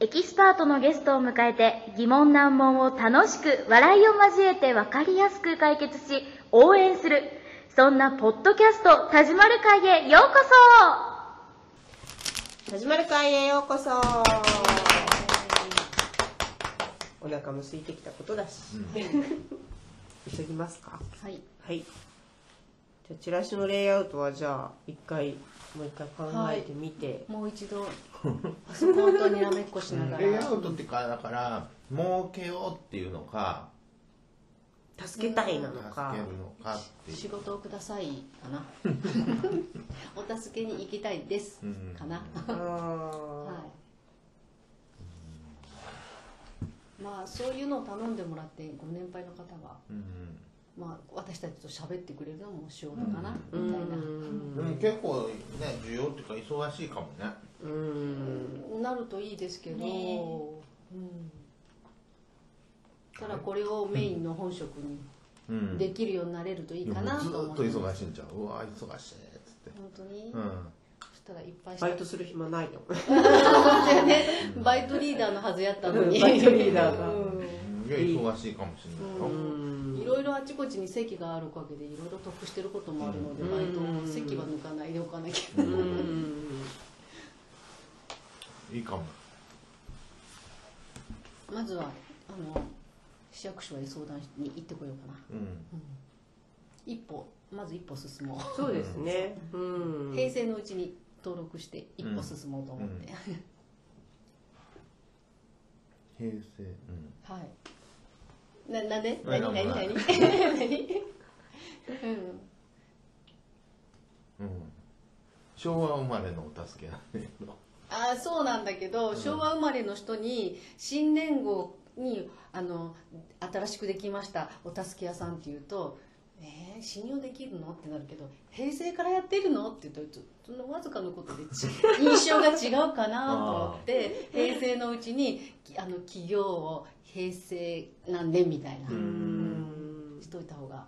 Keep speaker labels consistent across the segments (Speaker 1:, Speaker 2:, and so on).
Speaker 1: エキスパートのゲストを迎えて疑問難問を楽しく笑いを交えて分かりやすく解決し応援するそんなポッドキャスト「田島る会」へようこ
Speaker 2: 始まる会へようこそお腹も空いてきたことだし、急ぎますか
Speaker 1: そはい
Speaker 2: はいじゃあチラシのレイアウトはじゃあ一回もう一回考えてみて、
Speaker 3: もう一度パソコンとにらめっこしなが
Speaker 4: レイア
Speaker 3: ら
Speaker 4: ウトってかだから儲けようっていうのか
Speaker 2: 助けたいなの
Speaker 4: 助
Speaker 2: か
Speaker 4: けるのかってい
Speaker 3: 仕
Speaker 4: う
Speaker 3: 事をくださいかなお助けに行きたいです
Speaker 4: うん
Speaker 3: かな
Speaker 2: あー
Speaker 3: はいまあそういうのを頼んでもらってご年配の方が、
Speaker 4: うん
Speaker 3: まあ、私たちと喋ってくれるのも仕事かな
Speaker 2: う
Speaker 3: みたいな。
Speaker 4: でも結構ね需要っていうか忙しいかもね
Speaker 2: ーんうん
Speaker 3: なるといいですけど、
Speaker 1: ね
Speaker 3: うん、ただこれをメインの本職に
Speaker 4: うん
Speaker 3: できるようになれるといいかな
Speaker 4: ずっ
Speaker 3: と思
Speaker 4: と
Speaker 3: って本
Speaker 4: 忙しいんちゃううわ忙しいっつって
Speaker 3: 当に、
Speaker 4: うん
Speaker 3: そしたらいっぱい
Speaker 2: バイトする暇ないの
Speaker 3: バイトリーダーのはずやったの に
Speaker 2: バイトリーダーが
Speaker 4: いや忙しいかもしれないよ
Speaker 2: うん
Speaker 3: いろいろあちこちに席があるおかげでいろいろ得してることもあるので
Speaker 2: うん
Speaker 3: バイトは席は抜かないでおかなき
Speaker 2: う
Speaker 3: ゃ
Speaker 2: ん
Speaker 4: いいかも
Speaker 3: まずはあの市役所へ相談に行ってこようかな
Speaker 4: うん
Speaker 3: 一歩まず一歩進も
Speaker 2: そうですねうん
Speaker 3: う平成のうちに登録して一歩進もうと思って、
Speaker 4: 平成うん
Speaker 3: はい。な、なんで、
Speaker 4: な
Speaker 3: 何
Speaker 4: んか
Speaker 3: 何何
Speaker 4: もう
Speaker 3: 何。 うん。
Speaker 4: うん昭和生まれのお助けなんだけど
Speaker 3: あー、そうなんだけど、昭和生まれの人に新年号に、あの、新しくできました。お助け屋さんって言うと。えー、信用できるのってなるけど平成からやってるのって言うとそのわずかのことで ち印象が違うかなと思って平成のうちにきあの企業を平成何年みたいな
Speaker 2: うん
Speaker 3: しといた方が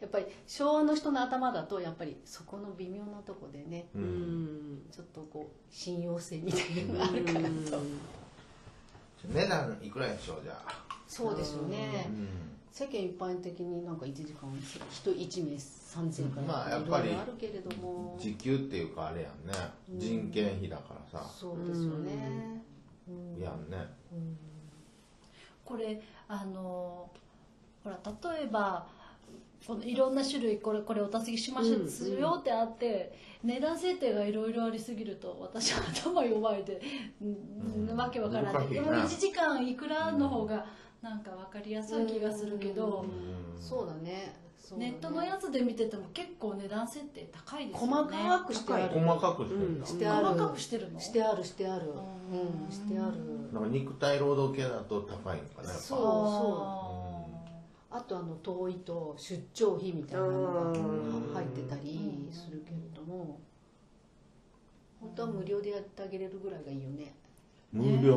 Speaker 3: やっぱり昭和の人の頭だとやっぱりそこの微妙なとこでね
Speaker 4: う
Speaker 2: うんん
Speaker 3: ちょっとこう信用性みたいなのがあるかなと
Speaker 4: 値段いくらでしょうじゃあ
Speaker 3: そうですよね
Speaker 4: うん
Speaker 3: 世間一般的になんか1時間人1名3000円から
Speaker 4: まあやっ
Speaker 3: いろ
Speaker 4: ぱ
Speaker 3: い
Speaker 4: り
Speaker 3: ろあるけれども
Speaker 4: 時給っていうかあれやんね人件費だからさ
Speaker 3: そうですよね
Speaker 4: やんね
Speaker 5: これあのほら例えばこのいろんな種類これこれお助けしま
Speaker 2: うん
Speaker 5: すよってあって、値段設定がいろいろありすぎると私は頭弱いで、うん
Speaker 4: うん
Speaker 5: わけわからない
Speaker 4: 難し
Speaker 5: で
Speaker 4: い
Speaker 5: も
Speaker 4: ね
Speaker 5: 1時間いくらの方がなんかわかりやすい気がするけど、
Speaker 4: うん
Speaker 3: そうだねそうだ
Speaker 5: ネ
Speaker 3: ね
Speaker 5: ットのやつで見てても結構値段設定高いですよね
Speaker 3: 細かくしてある
Speaker 4: 細かくしてるんだ、
Speaker 3: してある
Speaker 5: 細かくしてるの
Speaker 3: してあるしてある
Speaker 5: うん
Speaker 3: うんしてある
Speaker 4: なんか肉体労働系だと高いのかなやっぱ
Speaker 3: そう
Speaker 5: う
Speaker 3: あとあの遠いと出張費みたいなの
Speaker 2: うん
Speaker 3: が入ってたりするけれども本当は無料でやってあげれるぐらいがいいよね、
Speaker 4: 無料、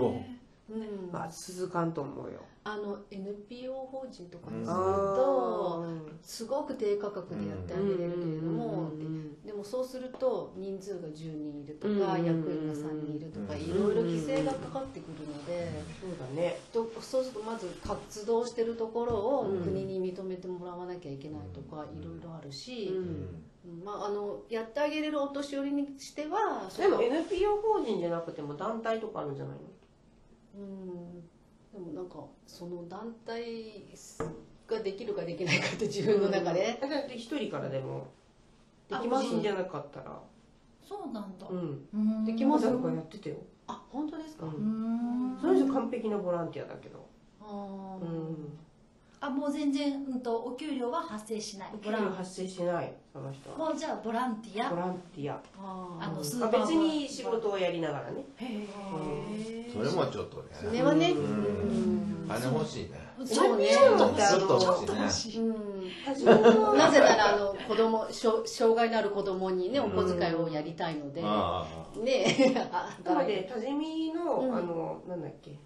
Speaker 3: うん
Speaker 2: まあ続かんと思うよ
Speaker 3: あの NPO 法人とかにす
Speaker 4: あ
Speaker 3: る
Speaker 4: ー
Speaker 3: とすごく低価格でやってあげれるけれども、
Speaker 2: うんうんうん
Speaker 3: でもそうすると人数が10人いるとか、
Speaker 2: うん
Speaker 3: 役員が3人いるとか、
Speaker 4: うん
Speaker 3: いろいろ規制がかかってくるので、
Speaker 2: そうだね
Speaker 3: とそうするとまず活動してるところを
Speaker 2: うん
Speaker 3: 国に認めてもらわなきゃいけないとかいろいろあるし、
Speaker 2: う
Speaker 4: うんん
Speaker 3: まあ、あのやってあげれるお年寄りにしてはそ
Speaker 2: で
Speaker 3: の
Speaker 2: も NPO 法人じゃなくても団体とかあるんじゃないの
Speaker 3: うんでもなんかその団体ができるかできないかって自分の中で、
Speaker 2: だって一人からでもで
Speaker 3: あ
Speaker 2: きますんじゃなかったら
Speaker 5: そうなんだ、
Speaker 2: うん
Speaker 5: うん
Speaker 2: できますとかやってたよ
Speaker 3: あ本当ですか、
Speaker 2: うん
Speaker 5: うん
Speaker 2: その人完璧なボランティアだけど
Speaker 3: あ
Speaker 2: う
Speaker 3: ー
Speaker 2: ん
Speaker 5: あもう全然、うん、とお給料は発生しない
Speaker 2: お
Speaker 5: ボ
Speaker 2: 給
Speaker 5: ラ
Speaker 2: 料
Speaker 5: ン
Speaker 2: 発生しないその人は
Speaker 5: もうじゃあボランティ
Speaker 2: ボ
Speaker 5: ア
Speaker 2: ランティア
Speaker 3: あ
Speaker 5: あの
Speaker 2: うん
Speaker 5: スー
Speaker 2: ま
Speaker 5: パ
Speaker 2: あ
Speaker 5: ーボラン
Speaker 2: 別に仕事をやりながらね
Speaker 5: へ
Speaker 4: それもちょっとね
Speaker 3: ーそれはね、
Speaker 4: う
Speaker 3: うん
Speaker 4: ん金欲しいね
Speaker 5: え
Speaker 3: そうね
Speaker 5: ちょっと
Speaker 4: ちょっと
Speaker 2: ちょ
Speaker 4: 欲しいね
Speaker 3: うん
Speaker 2: 多少
Speaker 3: なぜならあの子供障障害のある子供にねお小遣いをやりたいので、
Speaker 4: あ
Speaker 3: ねあ
Speaker 2: あくまで多治見の、
Speaker 3: うん
Speaker 2: あのなんだっけ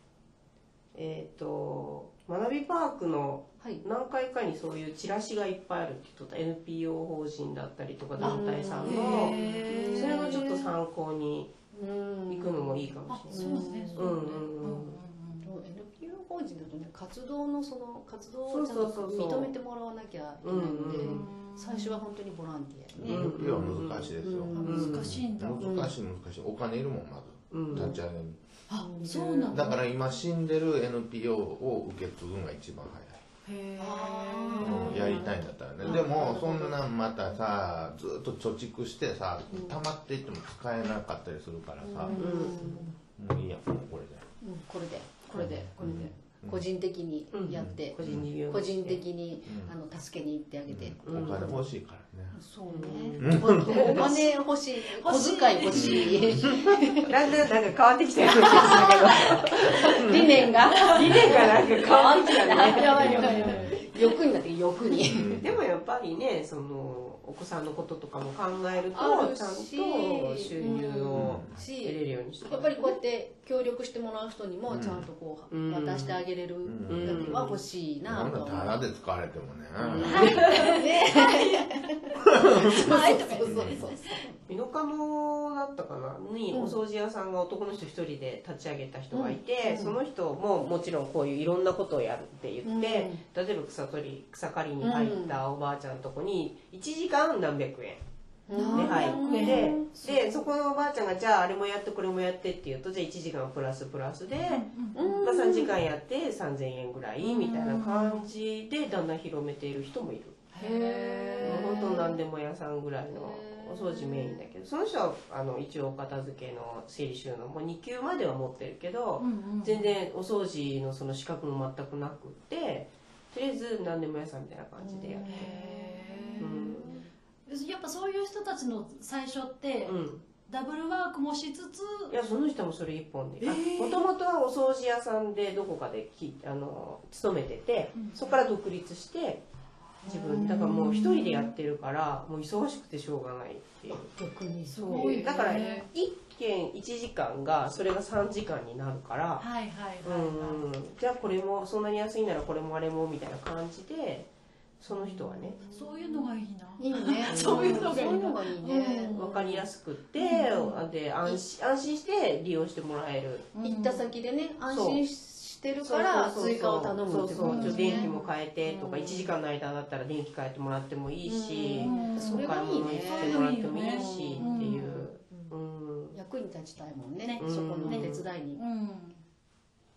Speaker 2: えっ、と学びパークの
Speaker 3: はい
Speaker 2: 何回かにそういうチラシがいっぱいあるって言っとった NPO 法人だったりとか団体さんの
Speaker 5: へ
Speaker 2: それのちょっと参考に
Speaker 3: うん
Speaker 2: 行くのもいいかも
Speaker 5: あ
Speaker 2: しれ
Speaker 5: そうねそううん
Speaker 2: うんうん
Speaker 3: 会人だとね活動のその活動
Speaker 2: そ
Speaker 3: を
Speaker 2: う
Speaker 3: ちゃん
Speaker 2: そう
Speaker 3: と
Speaker 2: そうそう
Speaker 3: 認めてもらわなきゃいけないので、
Speaker 2: うんうん
Speaker 3: 最初は本当にボランティアね、
Speaker 2: うん
Speaker 4: いや難しいですよ、
Speaker 3: う
Speaker 5: あ
Speaker 2: ん
Speaker 5: 難しいんだ、
Speaker 4: 難しい難しいお金いるもんまず、
Speaker 2: うん
Speaker 4: 立ち上げに
Speaker 5: あそうなん
Speaker 4: だ
Speaker 5: だ
Speaker 4: から今死んでる NPO を受け継ぐのが一番
Speaker 5: へ
Speaker 3: あ
Speaker 4: 早い、
Speaker 3: ー
Speaker 4: やりたいんだったらね、でもそんなんまたさずっと貯蓄してさ溜まっていっても使えなかったりするからさ、もういいやもうこれで
Speaker 3: うんこれでこれでこれで、
Speaker 4: うん
Speaker 3: 個人的にやって、
Speaker 2: 個人事業主
Speaker 3: 個人的に、
Speaker 4: うん
Speaker 3: あの助けに行ってあげて、
Speaker 4: お金欲しいからね、
Speaker 3: そうね、おお金欲しい
Speaker 5: 欲し
Speaker 3: 小
Speaker 5: い
Speaker 3: 遣い欲しい
Speaker 2: だんだんなんか変わってきたような気がする
Speaker 3: 理念が
Speaker 2: けど理念がなんか変わってきたね
Speaker 5: やばいやばいやばい
Speaker 3: 欲になって欲に
Speaker 4: うん
Speaker 2: でもやっぱりねそのお子さんのこととかも考えると
Speaker 3: あるし
Speaker 2: ちゃんと収入を
Speaker 4: う
Speaker 2: 得れるようにして
Speaker 3: やっぱりこうやって協力してもらう人にもちゃんとこう
Speaker 2: うん
Speaker 3: 渡してあげれるだけは欲しい
Speaker 4: な
Speaker 3: なんと
Speaker 4: だ
Speaker 3: 思う。
Speaker 4: タ ダで使われてもね、
Speaker 3: はいとかそうそうそう
Speaker 2: 美濃加茂だったかなにお掃除屋さんが男の人一人で立ち上げた人がいて、その人ももちろんこういういろんなことをやるって言って、
Speaker 3: うん
Speaker 2: 例えば草取り草刈りに入ったおばあちゃんのとこに1時間何百円
Speaker 3: そう。
Speaker 2: で
Speaker 3: ね
Speaker 2: 入
Speaker 5: うん
Speaker 2: ってでそこのおばあちゃんがじゃああれもやってこれもやってって言うとじゃあ1時間プラスプラスで。まあ、3時間やって3000円ぐらいみたいな感じでだんだん広めている人もいる、
Speaker 3: へ
Speaker 2: もう
Speaker 3: ー
Speaker 2: 本当何でも屋さんぐらいのお掃除メインだけどその人はあの一応お片付けの整理収納も2級までは持ってるけど、全然お掃除のその資格も全くなくってとりあえず何でも屋さんみたいな感じでやって
Speaker 5: へ
Speaker 2: うん
Speaker 5: ーやっぱそういう人たちの最初って、
Speaker 2: うん
Speaker 5: ダブルワークもしつつ
Speaker 2: いやその人もそれ一本でもともとはお掃除屋さんでどこかできあの勤めてて、そこから独立して自分だからもう一人でやってるからもう忙しくてしょうがないっていう
Speaker 3: 逆にそ
Speaker 5: ごいね
Speaker 2: だから1件1時間がそれが3時間になるから、
Speaker 5: はいはいはい、
Speaker 2: う
Speaker 5: はい
Speaker 2: んじゃあこれもそんなに安いならこれもあれもみたいな感じでその人はね
Speaker 5: そういうのがいいな。
Speaker 3: いい ね。
Speaker 5: そういうのがいいな
Speaker 3: そういうのがいいね。
Speaker 5: うん
Speaker 2: 分かりやすくって、で安心安心して利用してもらえる
Speaker 3: 行った先でね安心してるから
Speaker 2: そうそうそう
Speaker 3: 追加を頼むって
Speaker 2: そう
Speaker 3: こ
Speaker 2: そう
Speaker 3: と
Speaker 2: ちょっと
Speaker 3: ですね
Speaker 2: 電気も変えてとか、
Speaker 3: うん
Speaker 2: 1時間の間だったら電気変えてもらってもいいし、
Speaker 5: うん
Speaker 3: それ
Speaker 2: お買
Speaker 3: が
Speaker 2: い
Speaker 3: いい
Speaker 2: 物行
Speaker 3: ね
Speaker 2: ってもらってもいいし
Speaker 5: うん
Speaker 2: っていう、うん
Speaker 3: 役に立ちたいもんね
Speaker 5: ね
Speaker 3: そこの手伝いに
Speaker 5: うん。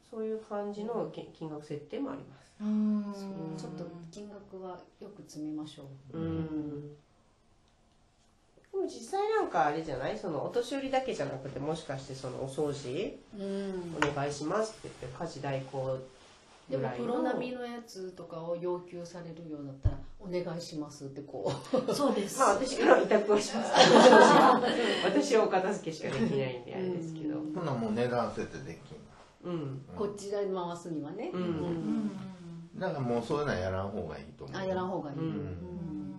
Speaker 2: そういう感じのけ金額設定もあります。
Speaker 5: うん。
Speaker 3: ちょっと金額はよく詰めましょう
Speaker 2: うんでも実際なんかあれじゃないそのお年寄りだけじゃなくてもしかしてそのお掃除
Speaker 3: うん
Speaker 2: お願いしますって言って家事代行
Speaker 3: で
Speaker 2: ぐ
Speaker 3: も
Speaker 2: らい
Speaker 3: プ
Speaker 2: の
Speaker 3: ロ並みのやつとかを要求されるようだったら「お願いします」ってこ う
Speaker 5: そうです。
Speaker 2: まあ私からは委託はし ますけど私はお片付けしかできないんであれですけど
Speaker 4: ほんなもう値段設定でき
Speaker 2: う
Speaker 4: ん
Speaker 2: ん
Speaker 3: こっちで回すにはね、
Speaker 2: うん
Speaker 5: うんうん
Speaker 4: だからもうそういうのはやらん方がいいと思う
Speaker 3: あやらん方がいい、
Speaker 2: うん
Speaker 3: うん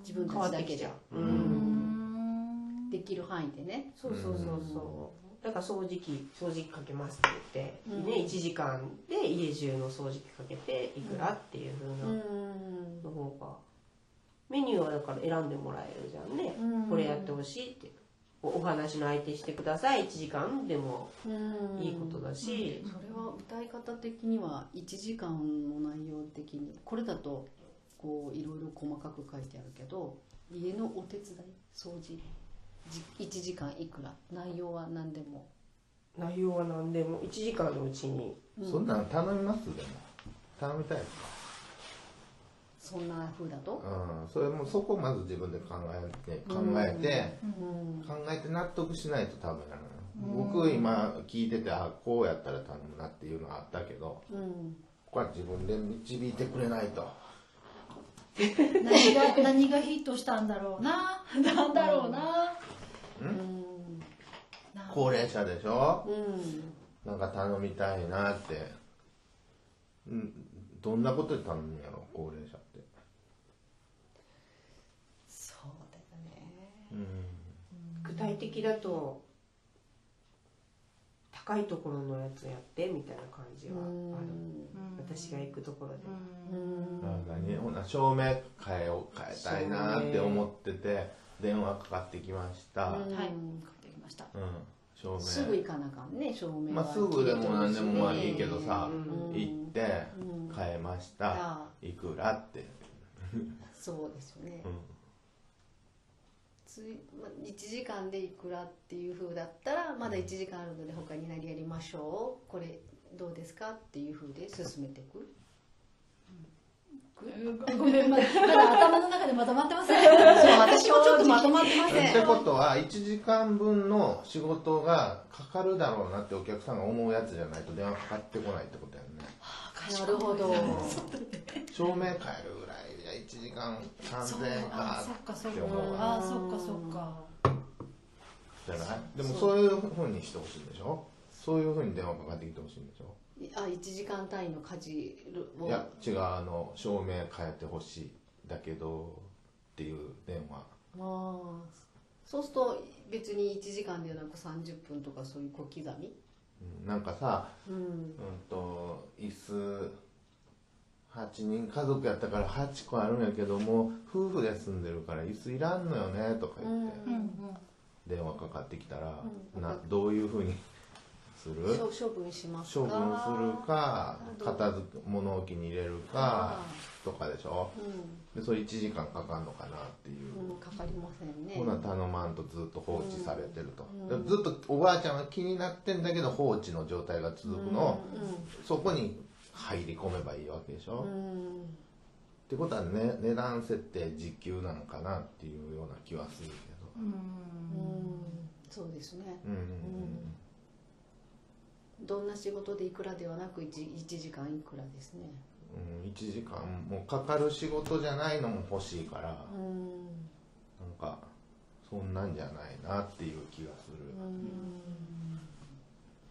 Speaker 3: 自分
Speaker 2: 変
Speaker 3: た
Speaker 2: わ
Speaker 3: ち
Speaker 2: っ
Speaker 3: だ
Speaker 2: て
Speaker 3: け
Speaker 2: きち
Speaker 3: で
Speaker 2: ゃう、
Speaker 4: う
Speaker 5: うんん
Speaker 3: できる範囲でね
Speaker 2: そうそうそうそうだから掃除機掃除機かけますって言って、
Speaker 3: うん
Speaker 2: ね1時間で家中の掃除機かけていくらっていう風なの方がメニューはだから選んでもらえるじゃんね、
Speaker 3: うん
Speaker 2: これやってほしいっておお話の相手してください1時間でもいいことだし、
Speaker 3: それは歌い方的には1時間の内容的にこれだとこういろいろ細かく書いてあるけど家のお手伝い掃除1時間いくら内容は何でも
Speaker 2: 内容は何でも1時間のうちに
Speaker 4: そんなの頼みますでも頼みたいです
Speaker 3: そんな風だと、
Speaker 4: かうんそれもそこをまず自分で考えて考えて、
Speaker 3: うん
Speaker 4: 考えて納得しないとダメなのよ僕今聞いててあこうやったら頼むなっていうのはあったけど
Speaker 3: うん、
Speaker 4: これは自分で導いてくれないと
Speaker 5: 何 が何がヒットしたんだろうな。 なんだろうな。
Speaker 3: うん
Speaker 4: 高齢者でしょ
Speaker 3: うん
Speaker 4: なんか頼みたいなってうんどんなことで頼むんやろ高齢者って
Speaker 3: そうだよね
Speaker 4: うん
Speaker 2: 具体的だと高いところのやつやってみたいな感じはある、私が行くところで、
Speaker 3: うん
Speaker 4: なんかね、ほな照明変えよう変えたいなーって思ってて電話かかってきまし
Speaker 3: うん
Speaker 4: た、
Speaker 5: はい。買ってきました。
Speaker 4: うん、照
Speaker 3: すぐ行かなあかんね照明
Speaker 4: ま
Speaker 3: は
Speaker 4: あすぐでも何でもまあいいけどさ
Speaker 3: うん
Speaker 4: 行って
Speaker 3: うん
Speaker 4: 変えまし
Speaker 3: あ
Speaker 4: たいくらって、
Speaker 3: あそうですよね
Speaker 4: うん
Speaker 3: ついまあ1時間でいくらっていう風だったらまだ1時間あるので他に何やりましょうこれどうですかっていう風で進めていく
Speaker 5: ごめんまだまだ頭の中でまとまってません
Speaker 3: そう私もちょっとまとまってませ
Speaker 4: っ
Speaker 3: ん
Speaker 4: てことは1時間分の仕事がかかるだろうなってお客さんが思うやつじゃないと電話かかってこないってことや んね
Speaker 3: なるほ ど
Speaker 4: 照明変えるぐらいじゃ1時間3000円
Speaker 5: あ
Speaker 4: か
Speaker 5: そっかそっ
Speaker 4: って
Speaker 5: か
Speaker 4: 思うわ
Speaker 5: あそっかそっか
Speaker 4: じゃないでもそういうふうにしてほしいんでしょそういうふうに電話かかってきてほしいんでしょ
Speaker 3: あ1時間単位の家事を
Speaker 4: いや違うあの照明変えてほしいだけどっていう電話
Speaker 3: ああそうすると別に1時間でなく30分とかそういう小刻み
Speaker 4: うんなんかさ
Speaker 3: うん
Speaker 4: うんと椅子8人家族やったから8個あるんやけども夫婦で住んでるから椅子いらんのよねとか言って
Speaker 3: う
Speaker 5: う
Speaker 3: ん
Speaker 5: ん
Speaker 4: 電話かかってきたら、
Speaker 3: うん
Speaker 4: などういうふうに する
Speaker 3: 処処分しますか
Speaker 4: 処分するか
Speaker 3: どう
Speaker 4: 片付け物置に入れるかとかでしょでそれ1時間かかるのかなっていう
Speaker 3: う、ん、うん、かかりませんね
Speaker 4: ほな頼まんとずっと放置されてると、
Speaker 3: うん
Speaker 4: でずっとおばあちゃんは気になってんだけど放置の状態が続くのを、そこに入り込めばいいわけでしょ、
Speaker 3: う
Speaker 4: っ
Speaker 3: ん、
Speaker 4: てことは、ね、値段設定時給なのかなっていうような気はするけ
Speaker 5: う
Speaker 4: ど
Speaker 3: うん
Speaker 5: ん
Speaker 3: そうですね
Speaker 4: うんうん
Speaker 3: どんな仕事でいくらではなく 1, 一時間いくらですね
Speaker 4: うんうん1時間もうかかる仕事じゃないのも欲しいから、
Speaker 3: うん
Speaker 4: なんかそんなんじゃないなっていう気がする
Speaker 3: うん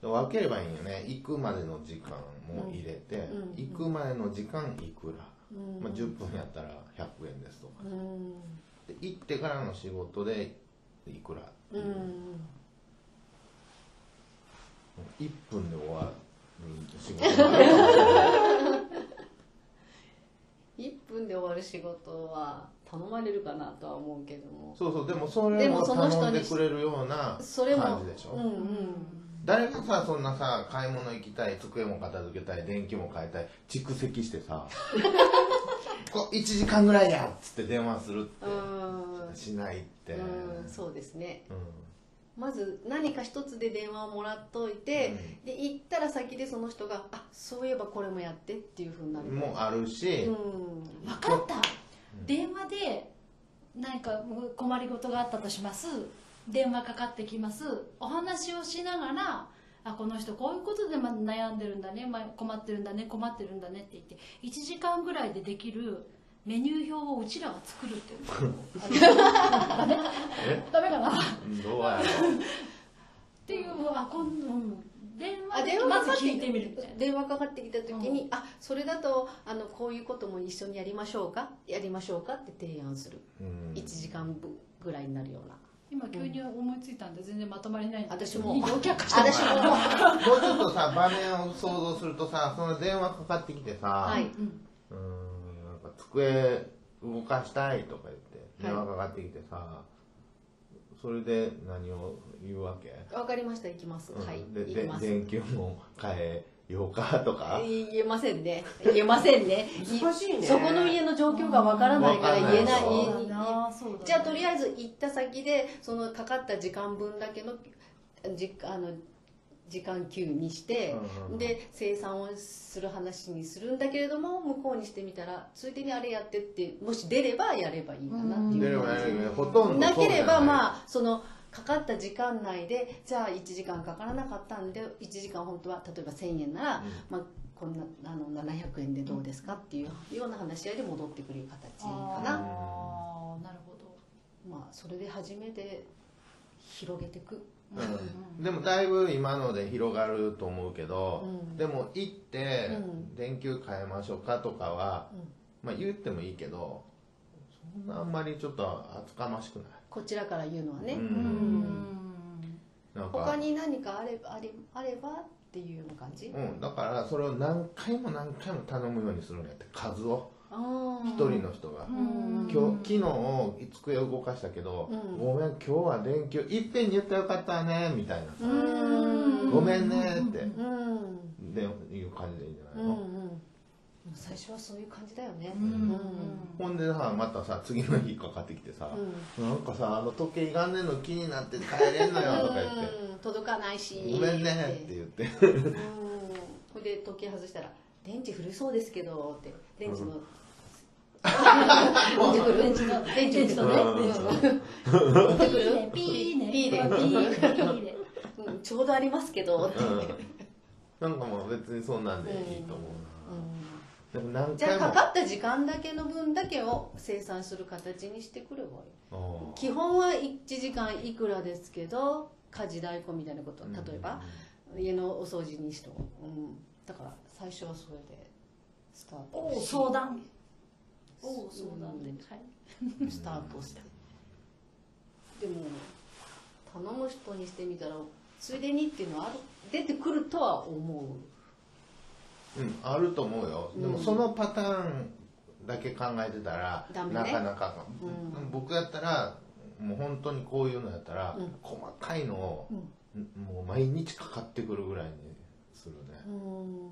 Speaker 4: で分ければいいんよね行くまでの時間も入れて、
Speaker 3: うんうん
Speaker 4: 行くまでの時間いくら、
Speaker 3: うん
Speaker 4: まあ、10分やったら100円ですとか、
Speaker 3: うん
Speaker 4: で行ってからの仕事でいくらっ
Speaker 3: う
Speaker 4: ていう、
Speaker 3: ん
Speaker 4: 1分で終わる仕 事もあるかもしれない
Speaker 3: 1分で終わる仕事は頼まれるかなとは思うけども
Speaker 4: そうそうでもそ
Speaker 3: で
Speaker 4: れ
Speaker 3: も
Speaker 4: も
Speaker 3: その人に
Speaker 4: 頼んでくれるような
Speaker 3: それも
Speaker 4: 感じでしょ、
Speaker 3: うんうん
Speaker 4: 誰がさそんなさ買い物行きたい机も片付けたい電気も変えたい蓄積して さこ1時間ぐらいやっつって電話するって、
Speaker 3: うん
Speaker 4: しないって
Speaker 3: うんそうですね
Speaker 4: うん
Speaker 3: まず何か一つで電話をもらっといて、で行ったら先でその人が「あそういえばこれもやって」っていうふうになる
Speaker 4: もあるし、
Speaker 3: うん
Speaker 5: 分かった電話で何か困りごとがあったとします電話かかってきますお話をしながらあこの人こういうことでま悩んでるんだね、ま困ってるんだね困ってるんだねって言って1時間ぐらいでできるメニュー表をうちらが作るっていう のあの
Speaker 4: え
Speaker 5: ダメかなっ
Speaker 4: どうやろ
Speaker 5: ていうあ今度、うん電
Speaker 3: あ
Speaker 5: 話
Speaker 3: 電
Speaker 5: で
Speaker 3: 話
Speaker 5: ま
Speaker 3: か
Speaker 5: ず
Speaker 3: かって
Speaker 5: 聞いてみるみたいな
Speaker 3: 電話かかってきた時に「あそれだとあのこういうことも一緒にやりましょうかやりましょうか」って提案する、
Speaker 4: う、うん
Speaker 3: 1時間分ぐらいになるような
Speaker 5: 今急に思いついたんで全然まとまりないんで
Speaker 3: 私も
Speaker 5: お客さん
Speaker 3: 私も
Speaker 4: もうちょっとさ場面を想像するとさその電話かかってきてさ、
Speaker 3: はい
Speaker 5: うん
Speaker 4: うーんなんか机動かしたいとか言って
Speaker 3: はい
Speaker 4: 電話かかってきてさ、それで何を言うわけ、
Speaker 3: わかりました行きます、
Speaker 4: うん
Speaker 3: はい
Speaker 4: で
Speaker 3: 行き
Speaker 4: で
Speaker 3: ます
Speaker 4: 電球も変えようかとか、
Speaker 3: 言えませんね言えませんねい
Speaker 2: 難しいね
Speaker 3: そこの家の状況がわからないから言えない
Speaker 4: わかんない
Speaker 3: 言え
Speaker 5: そうだなそうだな
Speaker 3: じゃあとりあえず行った先でそのかかった時間分だけのじあの時間給にして、
Speaker 4: うんうんうん
Speaker 3: で生産をする話にするんだけれども向こうにしてみたらついでにあれやってってもし出ればやればいいかなって
Speaker 4: で
Speaker 3: いう
Speaker 4: も
Speaker 3: 感じ
Speaker 4: ねほとんど
Speaker 3: なければ
Speaker 4: あ
Speaker 3: まあそのかかった時間内でじゃあ1時間かからなかったんで1時間本当は例えば1000円なら、まあ、こんなあの700円でどうですかっていうような話し合いで戻ってくる形かな
Speaker 5: あーなるほど
Speaker 3: まあそれで初めて広げていく
Speaker 4: でもだいぶ今ので広がると思うけど、
Speaker 3: うん
Speaker 4: でも行って
Speaker 3: うん
Speaker 4: 電球変えましょうかとかは、
Speaker 3: うん
Speaker 4: まあ言ってもいいけどそんなあんまりちょっと厚かましくない
Speaker 3: こちらから言うのはね、
Speaker 4: う
Speaker 5: うんん
Speaker 4: なんか
Speaker 3: 他に何かあれあれあればっていうような感じ、
Speaker 4: うん、だからそれを何回も何回も頼むようにするんやって数を一人の人が今日昨日机を動かしたけど、
Speaker 3: うん
Speaker 4: ごめん今日は電球いっぺんに言ったらよかったねみたいなさ、
Speaker 3: うん
Speaker 4: ごめんねって、
Speaker 3: うん
Speaker 4: でいう感じでいいんじゃ
Speaker 3: う
Speaker 4: ないの、
Speaker 3: ん最初はそういう感じだよね
Speaker 5: うんうん
Speaker 4: ほんでさまたさ次の日かかってきてさ、なんかさあの時計歪んでんの気になって帰れんのよとか言って
Speaker 3: うん届かないし
Speaker 4: 「ごめんね」って言って
Speaker 3: うんほいで時計外したら「電池古そうですけど」って電池の、 電池古電池の電池のね、
Speaker 5: ピーでピーで
Speaker 3: ピーで
Speaker 5: ピーで
Speaker 3: うんうんちょうどありますけどって、
Speaker 4: うんなんかもう別にそんなんでいいと思うな、でも何
Speaker 3: じゃ
Speaker 4: 回
Speaker 3: あ
Speaker 4: も
Speaker 3: かかった時間だけの分だけを生産する形にしてくればいい
Speaker 4: うん
Speaker 3: 基本は1時間いくらですけど家事代行みたいなこと例えば、家のお掃除にしろ、うん、だから最初はそれでスタート
Speaker 5: おう
Speaker 3: し
Speaker 5: 相談おう相談で
Speaker 3: うん
Speaker 5: はい
Speaker 3: スタートしてでも頼む人にしてみたらついでにっていうのはある出てくるとは思
Speaker 4: うん、あると思うよ、でも
Speaker 3: うん
Speaker 4: そのパターンだけ考えてたら、
Speaker 3: ダメね
Speaker 4: なかなか、
Speaker 3: う
Speaker 4: 僕やったらもう本当にこういうのやったら、
Speaker 3: うん
Speaker 4: 細かいのを
Speaker 3: う、
Speaker 4: もう毎日かかってくるぐらいにするね
Speaker 3: ううん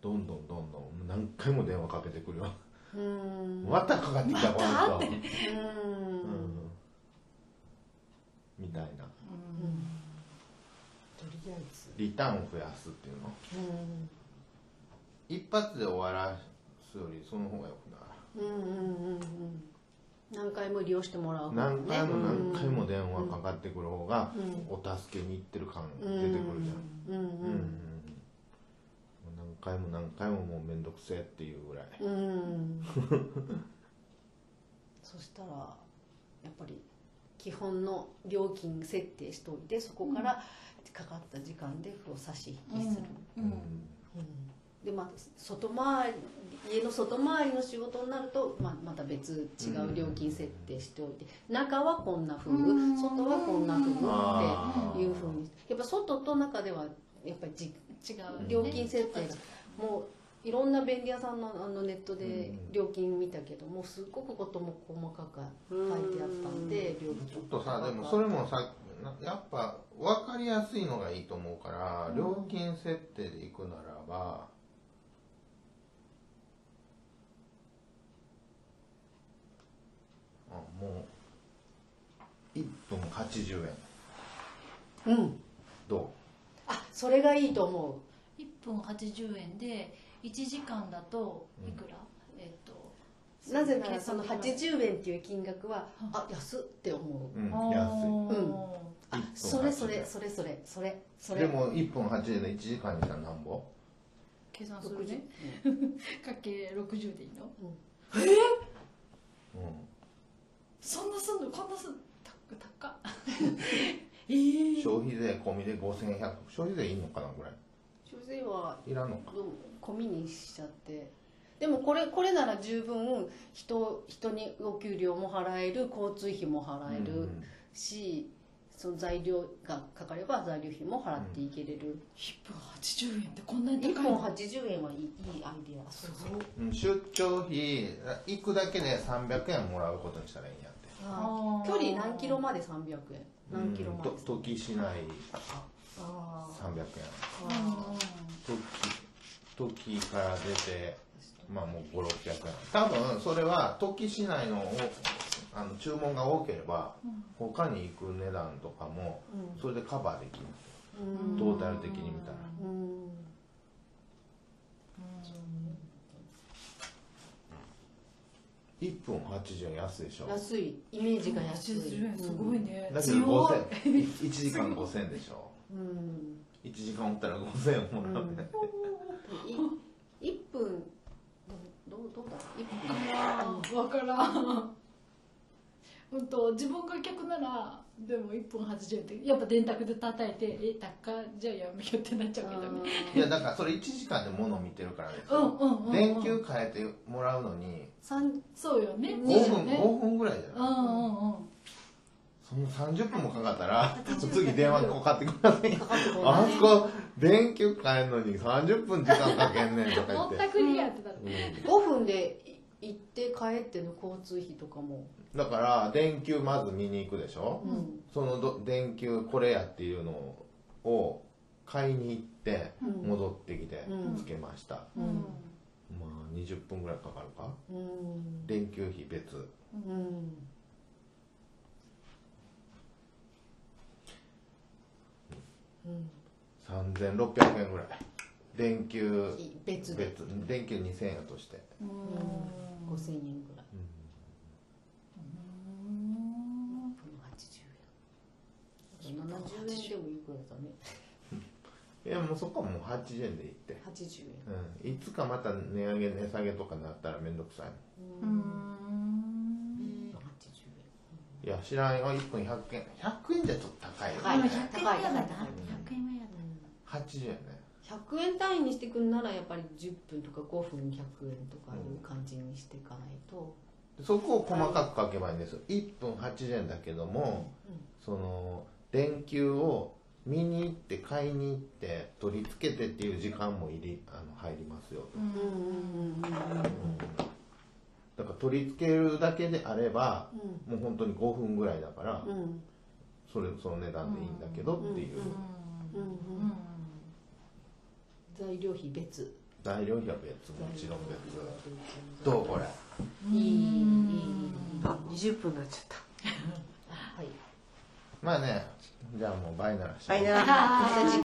Speaker 4: どんどんどんどん何回も電話かけてくるよ、
Speaker 3: うん
Speaker 4: またかかってきたこの人、
Speaker 3: うん
Speaker 4: うん、みたいな
Speaker 3: とりあえず
Speaker 4: リターンを増やすっていうの
Speaker 3: うん
Speaker 4: 一発で終わらすよりその方がよくない
Speaker 3: うんうんうんうん何回も利用してもらう方が
Speaker 4: 何
Speaker 3: ね
Speaker 4: 回も
Speaker 3: うん
Speaker 4: 何回も電話かかってくる方が
Speaker 3: うん
Speaker 4: お助けに行ってる感出
Speaker 3: うん
Speaker 4: てくるじゃ
Speaker 3: うん
Speaker 4: んうん何回も何回ももうめんどくせえっていうぐらい
Speaker 3: うん、うん、そしたらやっぱり基本の料金設定しておいてそこからかかった時間でこう差し引きする、
Speaker 5: う
Speaker 4: うん
Speaker 3: う
Speaker 5: ん
Speaker 3: んでまあ外回り家の外回りの仕事になると、まあ、また別違う料金設定しておいて中はこんな風
Speaker 5: うん
Speaker 3: 外はこんな風っ
Speaker 4: あ
Speaker 3: て
Speaker 4: ー
Speaker 3: いう風にやっぱ外と中ではやっぱりじ
Speaker 5: 違う、
Speaker 4: ん
Speaker 3: 料金設定がもういろんな便利屋さんのあのネットで
Speaker 4: うん
Speaker 3: 料金見たけどもすっごくことも細かく書いてあったんで料金
Speaker 4: ちょっとさでもそれもさなやっぱ分かりやすいのがいいと思うから料金設定で行くならばあもう1分80円
Speaker 3: うん
Speaker 4: どう
Speaker 3: あそれがいいと思
Speaker 5: 1分80円で1時間だといくら、えっと
Speaker 3: うなぜならその80円っていう金額はあ安っって思う
Speaker 4: うん、
Speaker 5: あー
Speaker 4: 安
Speaker 3: あ
Speaker 4: 一本
Speaker 3: それ
Speaker 4: 八
Speaker 3: それ
Speaker 4: 円
Speaker 3: それそれそれそ
Speaker 4: い。
Speaker 3: れ
Speaker 4: でも1分8円で1時間にしたらなんぼ
Speaker 5: 計算する
Speaker 3: 60
Speaker 5: ねかけ60でいいの
Speaker 4: う
Speaker 5: そんなすんのこんなすんのたっかっ
Speaker 4: ん。消費税込みで5100。消費税いいのかな、これ。
Speaker 3: 消費税はい
Speaker 4: らんのか。
Speaker 3: 込みにしちゃってでもこれこれなら十分人人にお給料も払える交通費も払える、
Speaker 4: うん
Speaker 3: しその材料がかかれば材料費も払っていけれる、
Speaker 5: 1分80円ってこんなに
Speaker 3: 1
Speaker 5: 高
Speaker 3: 本
Speaker 5: いの
Speaker 3: 80円はいいいいアイデアそうそう
Speaker 4: うん出張費、あ行くだけで300円もらうことにしたらいいんやって。
Speaker 3: あー
Speaker 5: あー
Speaker 3: 距離何キロまで300円何キロまで、
Speaker 4: うんと時市内
Speaker 3: あー
Speaker 4: 300円。
Speaker 3: あ
Speaker 4: 時、時から出て、まあもう5、600円。多分、それは時市内のおあの注文が多ければ、他に行く値段とかも、それでカバーできます。
Speaker 3: ーうん
Speaker 4: トータル的に見たら。
Speaker 3: うん
Speaker 4: 1分80円安いでしょ
Speaker 3: 安いイメージが安い
Speaker 5: 80円すごいね、
Speaker 4: だけど
Speaker 5: 強い
Speaker 4: 5000 1時間5000円でしょ
Speaker 3: うん
Speaker 4: 1時間おったら5000円もらうね、
Speaker 3: い1分どうどうだ
Speaker 5: あーわからん本当自分が客ならでも1分80円ってやっぱ電卓で叩いてえ高っじゃあやめようってなっちゃうけどね
Speaker 4: いやだからそれ1時間で物見てるからね、
Speaker 5: うんうんうん、うん、
Speaker 4: 電球変えてもらうのに
Speaker 3: 1
Speaker 5: そうよね
Speaker 4: 5分、
Speaker 5: ね
Speaker 4: 5分ぐらいじゃ
Speaker 5: うんう
Speaker 4: ない、
Speaker 5: んうん
Speaker 4: その30分もかかっ たら次電話かかってくるのに
Speaker 3: 分かかってこな
Speaker 4: あ
Speaker 3: い
Speaker 4: そこ電球変えるのに30分時間かけんねんとか言
Speaker 5: も
Speaker 4: っ
Speaker 5: ってたくりやってたら、
Speaker 4: うん
Speaker 3: 5分で行って帰っての交通費とかも、
Speaker 4: だから電球まず見に行くでしょ、
Speaker 3: うん
Speaker 4: そのど電球これやっていうのを買いに行って
Speaker 3: うん
Speaker 4: 戻ってきて
Speaker 3: うん
Speaker 4: つけました、
Speaker 5: うん
Speaker 4: まあ20分ぐらいかかるか
Speaker 3: うん
Speaker 4: 電球費別
Speaker 3: うん、うん、
Speaker 4: 3600円ぐらい電球
Speaker 3: 別で
Speaker 4: 別電球2000円やとして
Speaker 5: うん
Speaker 3: 5000円ぐらい、
Speaker 5: うん
Speaker 3: この80円70円でもいいくらいだね
Speaker 4: いやもうそこはもう80円でいいって、
Speaker 3: 80
Speaker 4: うん、いつかまた値上げ値下げとかなったらめんどくさい
Speaker 3: 円
Speaker 5: う
Speaker 3: うん
Speaker 5: ん
Speaker 3: 80
Speaker 4: いや知らんよ1分100円100円じゃちょっと高いよ、
Speaker 3: 高い
Speaker 5: でも100円は嫌だな
Speaker 3: 高い高い
Speaker 5: 100円は嫌だ
Speaker 4: 80円ね
Speaker 3: 円100円単位にしてくんならやっぱり10分とか5分100円とかいう感じにしていかないと、
Speaker 4: でそこを細かく書けばいいんですよ1分80円だけども、その電球を見に行って買いに行って取り付けてっていう時間も入りあの入りますよと、
Speaker 3: うんうんうんうん
Speaker 4: だから取り付けるだけであれば、
Speaker 3: う
Speaker 4: もう本当に5分ぐらいだから、
Speaker 3: んうん
Speaker 4: それその値段でいいんだけどっていう、
Speaker 3: うんうん
Speaker 5: う
Speaker 3: うん
Speaker 5: ん
Speaker 3: 材料費別
Speaker 4: 材料費は別もちろん別どうこれ
Speaker 3: いいいいいい
Speaker 2: あ20分になっちゃっ
Speaker 3: はい
Speaker 4: まあねじゃあもう倍ならして
Speaker 2: たバイナー